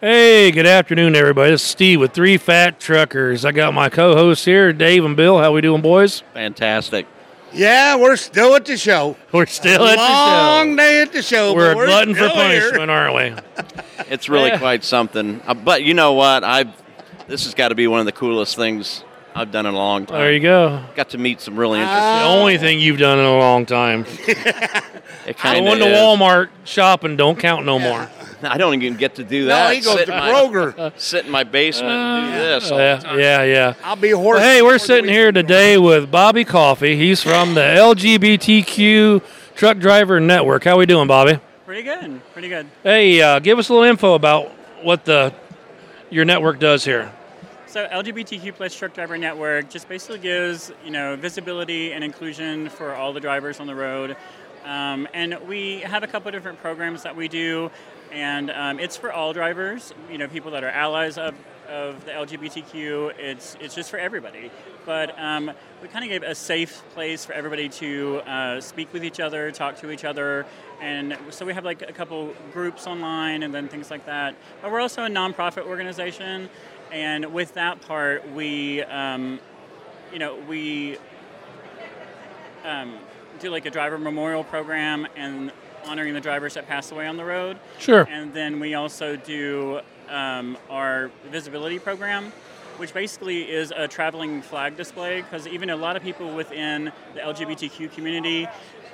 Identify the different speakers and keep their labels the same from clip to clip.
Speaker 1: Hey, good afternoon, everybody. This is Steve with Three Fat Truckers. I got my co-hosts here, Dave and Bill. How we doing, boys?
Speaker 2: Fantastic.
Speaker 3: Yeah, we're still at the show.
Speaker 1: We're still at the
Speaker 3: Long day at the show.
Speaker 1: show.
Speaker 3: but
Speaker 1: We're a glutton for
Speaker 3: still here.
Speaker 1: punishment, aren't we?
Speaker 2: It's really
Speaker 1: Yeah.
Speaker 2: quite something. Uh, but you know what? I've this has got to be one of the coolest things I've done in a long time.
Speaker 1: There you go.
Speaker 2: Got to meet some really interesting.
Speaker 3: Ah.
Speaker 1: The only thing you've done in a long time.
Speaker 2: it
Speaker 1: I
Speaker 2: kind
Speaker 1: went to Walmart shopping. Don't count no more.
Speaker 2: I don't even get to do that.
Speaker 3: No, he goes
Speaker 2: sit
Speaker 3: to
Speaker 2: in my-
Speaker 3: Kroger. Ah,
Speaker 2: Sit in my basement and do this.
Speaker 1: Yeah, yeah, yeah.
Speaker 3: I'll be
Speaker 1: Well,
Speaker 3: horse.
Speaker 1: hey, we're
Speaker 3: before the
Speaker 1: sitting
Speaker 3: week.
Speaker 1: here today with Bobby Coffee. He's from the LGBTQ Truck Driver Network. How we doing, Bobby?
Speaker 4: Pretty good. Pretty good.
Speaker 1: Hey, uh, give us a little info about what the your network does here.
Speaker 4: So LGBTQ plus truck driver network just basically gives you know visibility and inclusion for all the drivers on the road, um, and we have a couple of different programs that we do, and um, it's for all drivers. You know, people that are allies of of the LGBTQ. It's it's just for everybody. But um, we kind of gave a safe place for everybody to uh, speak with each other, talk to each other, and so we have like a couple groups online and then things like that. But we're also a nonprofit organization, and with that part, we um, you know we um, do like a driver memorial program and honoring the drivers that passed away on the road.
Speaker 1: Sure.
Speaker 4: And then we also do um, our visibility program, which basically is a traveling flag display because even a lot of people within the LGBTQ community,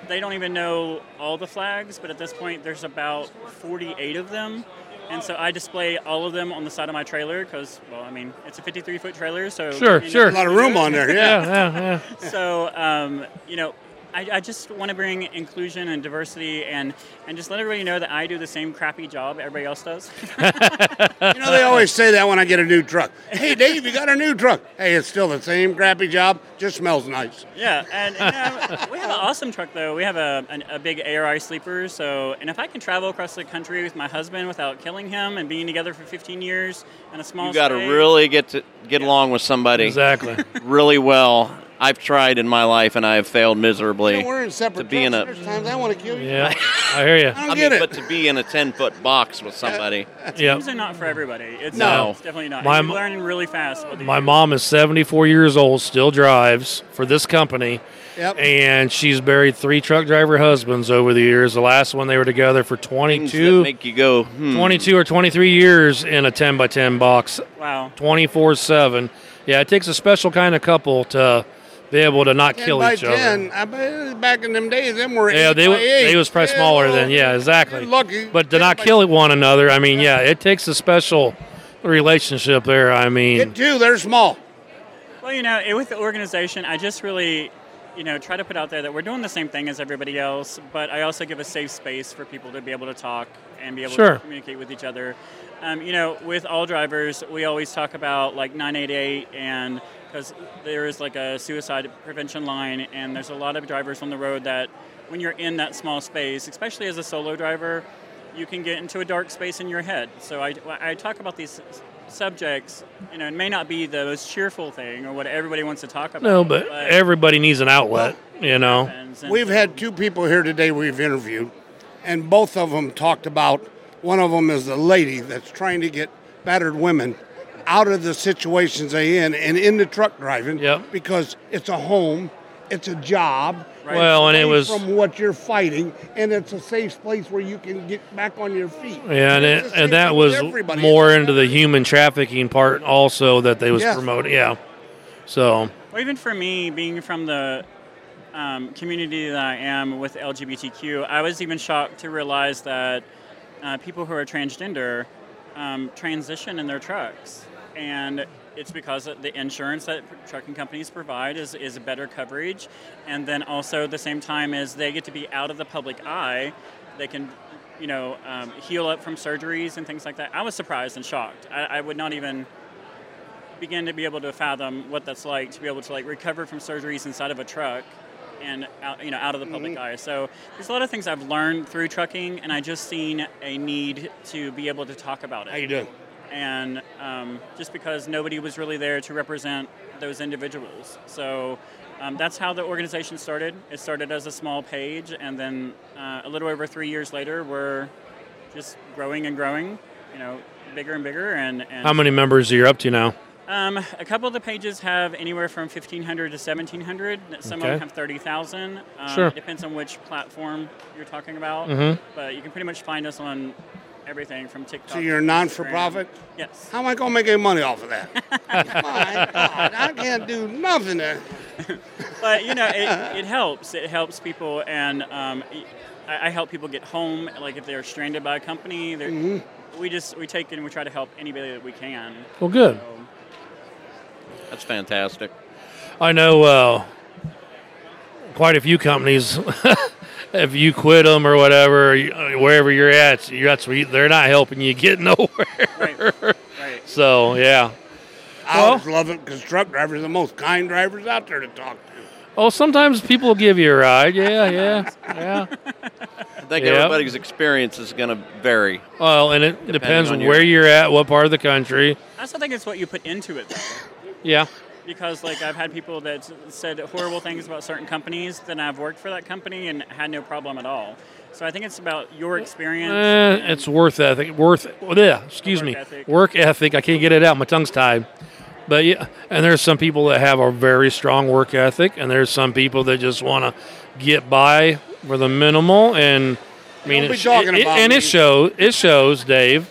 Speaker 4: they don't even know all the flags, but at this point there's about 48 of them. And so I display all of them on the side of my trailer because, well, I mean, it's a 53 foot trailer, so.
Speaker 1: Sure,
Speaker 4: you know,
Speaker 1: sure.
Speaker 3: A lot of room on there.
Speaker 1: Yeah,
Speaker 3: Yeah.
Speaker 1: yeah, yeah.
Speaker 4: so um, you know I, I just want to bring inclusion and diversity and, and just let everybody know that I do the same crappy job everybody else does.
Speaker 3: you know they always say that when I get a new truck. Hey, Dave, you got a new truck? Hey, it's still the same crappy job. Just smells nice.
Speaker 4: yeah, and you know, we have an awesome truck though. We have a, an, a big ARI sleeper. So, and if I can travel across the country with my husband without killing him and being together for 15 years in a small
Speaker 2: You got to
Speaker 4: space-
Speaker 2: really get to get along with somebody
Speaker 1: Exactly.
Speaker 2: really well. I've tried in my life and I have failed miserably.
Speaker 3: You know, we're in separate
Speaker 2: to be in
Speaker 3: trucks.
Speaker 2: a-
Speaker 3: There's times I want to kill you.
Speaker 1: Yeah, I hear you.
Speaker 3: I don't
Speaker 2: I
Speaker 3: get
Speaker 2: mean,
Speaker 3: it.
Speaker 2: but to be in a ten foot box with somebody.
Speaker 1: Yeah.
Speaker 4: These are not for everybody. It's,
Speaker 2: No.
Speaker 4: it's definitely not.
Speaker 1: My
Speaker 4: You're
Speaker 1: mo-
Speaker 4: learning really fast. about these.
Speaker 1: My mom is 74 years old, still drives for this company,
Speaker 3: Yep.
Speaker 1: and she's buried three truck driver husbands over the years. The last one they were together for
Speaker 2: Things that
Speaker 1: 22,
Speaker 2: make you go. Hmm.
Speaker 1: 22 or 23 years in a 10 by 10 box,
Speaker 4: wow.
Speaker 1: 24 7. Yeah, it takes a special kind of couple to be able to not
Speaker 3: 10
Speaker 1: kill
Speaker 3: by
Speaker 1: each
Speaker 3: 10,
Speaker 1: other.
Speaker 3: I bet back in them days, them were
Speaker 1: Yeah,
Speaker 3: eight
Speaker 1: they,
Speaker 3: by
Speaker 1: wa- they
Speaker 3: eight.
Speaker 1: was probably
Speaker 3: Yeah,
Speaker 1: smaller
Speaker 3: well,
Speaker 1: then. Yeah, exactly.
Speaker 3: you're lucky.
Speaker 1: But to
Speaker 3: 10
Speaker 1: not
Speaker 3: by
Speaker 1: kill one another, I mean, yeah, it takes a special relationship there. I mean,
Speaker 3: Get two, they're small.
Speaker 4: Well, you know, it, with the organization, I just really, you know, try to put out there that we're doing the same thing as everybody else, but I also give a safe space for people to be able to talk and be able
Speaker 1: Sure.
Speaker 4: to communicate with each other. Um, you know, with all drivers, we always talk about like 988 and because there is like a suicide prevention line, and there's a lot of drivers on the road that when you're in that small space, especially as a solo driver, you can get into a dark space in your head. So I, I talk about these s- subjects, you know, it may not be the most cheerful thing or what everybody wants to talk about.
Speaker 1: no, but everybody needs an outlet, you know.
Speaker 4: happens, and
Speaker 3: We've
Speaker 4: so-
Speaker 3: had two people here today we've interviewed, and both of them talked about one of them is the lady that's trying to get battered women out of the situations they in and into truck driving
Speaker 1: Yep.
Speaker 3: because it's a home, it's a job.
Speaker 4: Right.
Speaker 1: Well, and it
Speaker 3: away
Speaker 1: was-
Speaker 3: from what you're fighting, and it's a safe place where you can get back on your feet.
Speaker 1: Yeah, and,
Speaker 3: It's
Speaker 1: it,
Speaker 3: the same
Speaker 1: and that
Speaker 3: thing with
Speaker 1: was
Speaker 3: everybody.
Speaker 1: more into the human trafficking part also that they was
Speaker 3: Yeah.
Speaker 1: promoting. Yeah, so
Speaker 4: Well, even for me, being from the um, community that I am with LGBTQ, I was even shocked to realize that uh, people who are transgender um, transition in their trucks. And it's because of the insurance that trucking companies provide is, is better coverage. And then also, at the same time, as they get to be out of the public eye, they can. You know, um, heal up from surgeries and things like that. I was surprised and shocked. I, I would not even begin to be able to fathom what that's like to be able to like recover from surgeries inside of a truck and out, you know out of the
Speaker 1: Mm-hmm.
Speaker 4: public eye. So there's a lot of things I've learned through trucking, and I just seen a need to be able to talk about
Speaker 3: How you
Speaker 4: it.
Speaker 3: doing?
Speaker 4: And um, just because nobody was really there to represent those individuals, so. Um, that's how the organization started. It started as a small page, and then uh, a little over three years later, we're just growing and growing. You know, get bigger and bigger. And, and
Speaker 1: How many members are you up to now?
Speaker 4: Um, a couple of the pages have anywhere from 1,500 to 1,700. Some
Speaker 1: Okay.
Speaker 4: of them have 30,000. Um,
Speaker 1: Sure. Mm-hmm.
Speaker 4: It depends on which platform you're talking about. But you can pretty much find us on everything from TikTok.
Speaker 3: So you're
Speaker 4: to
Speaker 3: non
Speaker 4: Instagram.
Speaker 3: for profit?
Speaker 4: Yes.
Speaker 3: How am I gonna make any money off of that? My God, I can't do nothing. there.
Speaker 4: But, you know, it, it helps. It helps people. And um, it- I, I help people get home. Like if they're stranded by a company, they're,
Speaker 3: Mm-hmm.
Speaker 4: we just we take and we try to help anybody that we can.
Speaker 1: Well, good.
Speaker 4: So,
Speaker 2: That's fantastic.
Speaker 1: I know uh, quite a few companies. if you quit them or whatever, you- uh, wherever you're at, you- that's where you, they're not helping you get nowhere.
Speaker 4: right. right.
Speaker 1: So yeah.
Speaker 3: I always
Speaker 1: Well-
Speaker 3: love it because truck drivers are the most kind drivers out there to talk to.
Speaker 1: Oh, sometimes people give you a ride. Yeah, yeah, yeah.
Speaker 2: I think
Speaker 1: Yep.
Speaker 2: everybody's experience is going to vary.
Speaker 1: Well, and it depends
Speaker 2: on
Speaker 1: on
Speaker 2: your-
Speaker 1: where you're at, what part of the country.
Speaker 4: I also think it's what you put into it, though.
Speaker 1: Yeah.
Speaker 4: because like I've had people that s- said horrible things about certain companies, then I've worked for that company and had no problem at all. So I think it's about your experience.
Speaker 1: Eh,
Speaker 4: and-
Speaker 1: it's worth ethic. Worth yeah. Excuse
Speaker 4: Work
Speaker 1: me.
Speaker 4: ethic.
Speaker 1: Work ethic. I can't get it out. My tongue's tied. But yeah, and there's some people that have a very strong work ethic, and there's some people that just want to get by for the minimal. And I mean,
Speaker 3: Don't be
Speaker 1: it-
Speaker 3: talking
Speaker 1: it-
Speaker 3: about
Speaker 1: and
Speaker 3: me.
Speaker 1: it shows. It shows, Dave.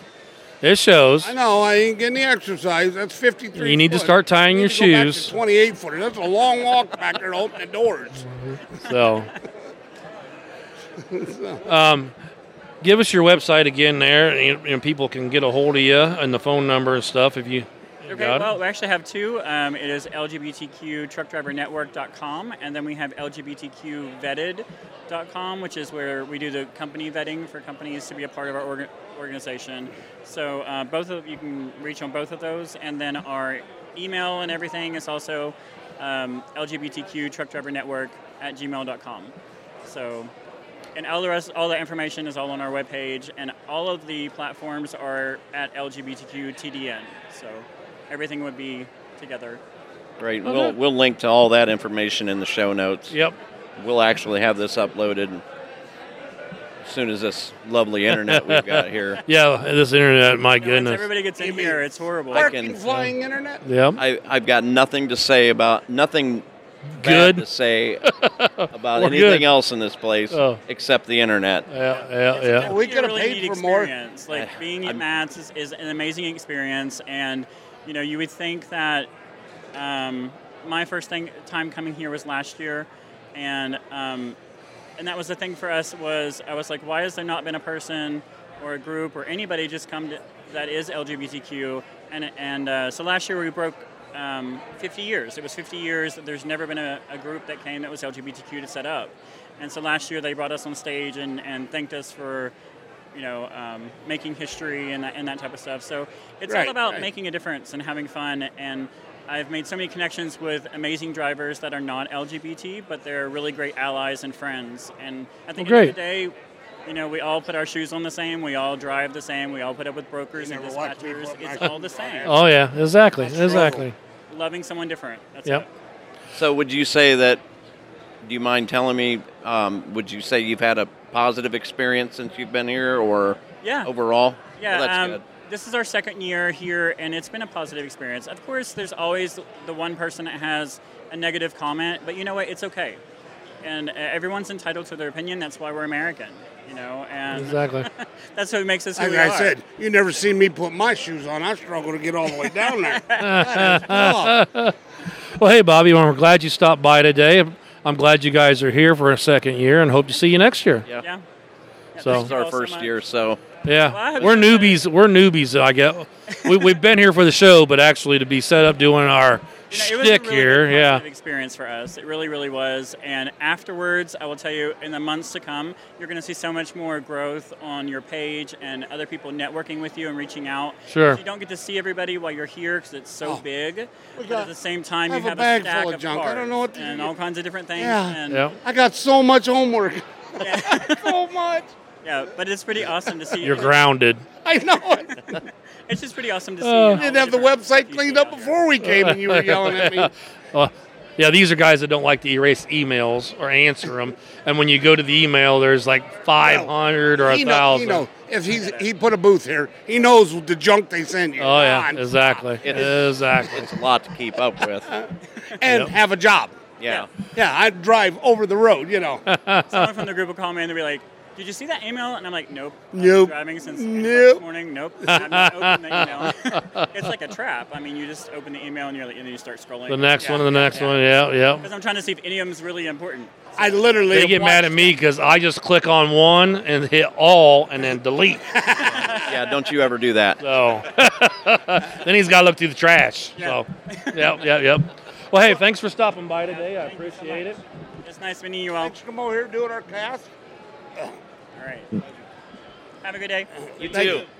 Speaker 1: It shows.
Speaker 3: I know I ain't getting the exercise. That's 53.
Speaker 1: You need to
Speaker 3: foot.
Speaker 1: start tying
Speaker 3: You
Speaker 1: your
Speaker 3: need to go back to
Speaker 1: shoes.
Speaker 3: 28 footer. That's a long walk back there to open the doors.
Speaker 1: So, um, give us your website again there, and you know, people can get a hold of you and the phone number and stuff if you. you
Speaker 4: Okay,
Speaker 1: got it.
Speaker 4: well, we actually have two. Um, it is LGBTQTruckDriverNetwork.com, and then we have LGBTQVetted.com, which is where we do the company vetting for companies to be a part of our orga- organization. So uh, both of you can reach on both of those, and then our email and everything is also um, LGBTQTruckDriverNetwork at gmail.com. So, and all the rest, all the information is all on our webpage, and all of the platforms are at LGBTQTDN. So, everything would be together.
Speaker 2: Great.
Speaker 1: Well,
Speaker 2: We'll,
Speaker 1: good.
Speaker 2: we'll link to all that information in the show notes.
Speaker 1: Yep.
Speaker 2: We'll actually have this uploaded as soon as this lovely internet we've got here.
Speaker 1: Yeah, this internet, my
Speaker 4: Now, once
Speaker 1: goodness.
Speaker 4: everybody gets in
Speaker 3: Give me-
Speaker 4: here, it's horrible.
Speaker 2: I
Speaker 3: Fucking
Speaker 2: can-
Speaker 3: flying internet.
Speaker 1: Yep.
Speaker 2: I, I've got nothing to say about nothing
Speaker 1: Good.
Speaker 2: bad to say about
Speaker 1: Or
Speaker 2: anything
Speaker 1: good.
Speaker 2: else in this place
Speaker 1: Oh.
Speaker 2: except the internet.
Speaker 1: Yeah, yeah,
Speaker 4: It's
Speaker 1: yeah.
Speaker 3: We
Speaker 4: definitely a
Speaker 3: could have
Speaker 4: really
Speaker 3: paid
Speaker 4: neat
Speaker 3: for more.
Speaker 4: experience. Like
Speaker 2: I-
Speaker 4: being at
Speaker 2: I'm-
Speaker 4: Mats is, is an amazing experience, and you know you would think that um, my first thing time coming here was last year, and um, and that was the thing for us was I was like, why has there not been a person or a group or anybody just come to, that is LGBTQ? And and uh, so last year we broke. Um, 50 years. It was 50 years that there's never been a, a group that came that was LGBTQ to set up. And so last year they brought us on stage and, and thanked us for, you know, um, making history and that, and that type of stuff. So it's
Speaker 3: Right,
Speaker 4: all about
Speaker 3: right.
Speaker 4: making making a difference and having fun and I've made so many connections with amazing drivers that are not LGBT, but they're really great allies and friends. And at the
Speaker 1: Well,
Speaker 4: end
Speaker 1: great.
Speaker 4: of the day, you know, we all put our shoes on the same, we all drive the same, we all put up with brokers
Speaker 3: You
Speaker 4: and
Speaker 3: never watched me
Speaker 4: dispatchers.
Speaker 3: put my
Speaker 4: It's all the
Speaker 3: shoes on.
Speaker 4: same.
Speaker 1: Oh, yeah, exactly,
Speaker 3: That's
Speaker 1: exactly.
Speaker 4: Loving someone different. That's
Speaker 1: Yep.
Speaker 4: it.
Speaker 2: So, would you say that? Do you mind telling me? Um, would you say you've had a positive experience since you've been here, or
Speaker 4: Yeah.
Speaker 2: overall?
Speaker 4: Yeah,
Speaker 2: well, that's
Speaker 4: um,
Speaker 2: good.
Speaker 4: this is our second year here, and it's been a positive experience. Of course, there's always the one person that has a negative comment, but you know what? It's okay, and uh, everyone's entitled to their opinion. That's why we're American, you know, and
Speaker 1: Exactly.
Speaker 4: that's what makes us who
Speaker 3: Like
Speaker 4: we
Speaker 3: I
Speaker 4: are.
Speaker 3: said, you never seen me put my shoes on. I struggle to get all the way down there. Oh, That is tough.
Speaker 1: Well, hey, Bobby, well, we're glad you stopped by today. I'm glad you guys are here for a second year and hope to see you next year.
Speaker 2: Yeah,
Speaker 4: yeah. Yeah,
Speaker 1: So-
Speaker 2: this
Speaker 4: thank
Speaker 2: is
Speaker 4: you
Speaker 2: our
Speaker 4: all so
Speaker 2: first
Speaker 4: much.
Speaker 2: year, so
Speaker 1: Yeah,
Speaker 4: Well, I haven't
Speaker 1: we're
Speaker 4: been there.
Speaker 1: newbies. We're newbies. I get. We, we've been here for the show, but actually to be set up doing our
Speaker 4: You know, it was a
Speaker 1: shtick
Speaker 4: really
Speaker 1: here,
Speaker 4: good
Speaker 1: yeah.
Speaker 4: positive experience for us. It really, really was. And afterwards, I will tell you, in the months to come, you're going to see so much more growth on your page and other people networking with you and reaching out.
Speaker 1: Sure.
Speaker 4: You don't get to see everybody while you're here because it's so
Speaker 3: Oh.
Speaker 4: big. But
Speaker 3: got-
Speaker 4: at the same time,
Speaker 3: I
Speaker 4: you
Speaker 3: have a
Speaker 4: have a,
Speaker 3: bag
Speaker 4: stack
Speaker 3: full of junk. I
Speaker 4: cards
Speaker 3: don't know what to
Speaker 4: and
Speaker 3: do.
Speaker 4: all kinds of different things.
Speaker 3: Yeah.
Speaker 4: And
Speaker 1: Yeah.
Speaker 3: I got so much homework.
Speaker 4: yeah,
Speaker 3: So much.
Speaker 4: yeah, but it's pretty awesome to see.
Speaker 1: You're grounded.
Speaker 3: I know it.
Speaker 4: It's just pretty awesome to see.
Speaker 1: Uh,
Speaker 4: all
Speaker 3: Didn't have the
Speaker 4: different
Speaker 3: website
Speaker 4: people
Speaker 3: cleaned
Speaker 4: out
Speaker 3: up
Speaker 4: there.
Speaker 3: before we came, and you were yelling at me.
Speaker 1: Well, Yeah, these are guys that don't like to erase emails or answer them. And when you go to the email, there's like 500 or a
Speaker 3: he know, he
Speaker 1: thousand.
Speaker 3: know if he's he put a booth here, he knows the junk they send you.
Speaker 1: Oh yeah,
Speaker 3: on,
Speaker 1: exactly, exactly.
Speaker 2: It's a lot to keep up with.
Speaker 3: and have a job.
Speaker 2: Yeah.
Speaker 3: Yeah, I drive over the road. You know,
Speaker 4: Someone from the group will call me and they'll be like, "Did you see that email?" And I'm like, "Nope." I've been
Speaker 3: Nope.
Speaker 4: driving since eight o'clock
Speaker 3: Nope.
Speaker 4: this morning. Nope. I've not opened the email. it's like a trap. I mean, you just open the email and you're like, and then you start scrolling.
Speaker 1: The next one, and the next one. Yeah, yeah.
Speaker 4: Because I'm trying to see if any of them's really important.
Speaker 3: I literally
Speaker 1: They get mad at me because I just click on one and hit all and then delete.
Speaker 2: Yeah, don't you ever do that.
Speaker 1: So then he's got to look through the trash. So, yep, yep, yep. Well, hey, thanks for stopping by today. I
Speaker 4: Thank you so
Speaker 1: appreciate it.
Speaker 4: much. It's nice meeting you all.
Speaker 3: Thanks for coming over here doing our class.
Speaker 1: Mm.
Speaker 4: All right. Have a good day.
Speaker 2: You
Speaker 3: Thank
Speaker 2: too.
Speaker 3: you.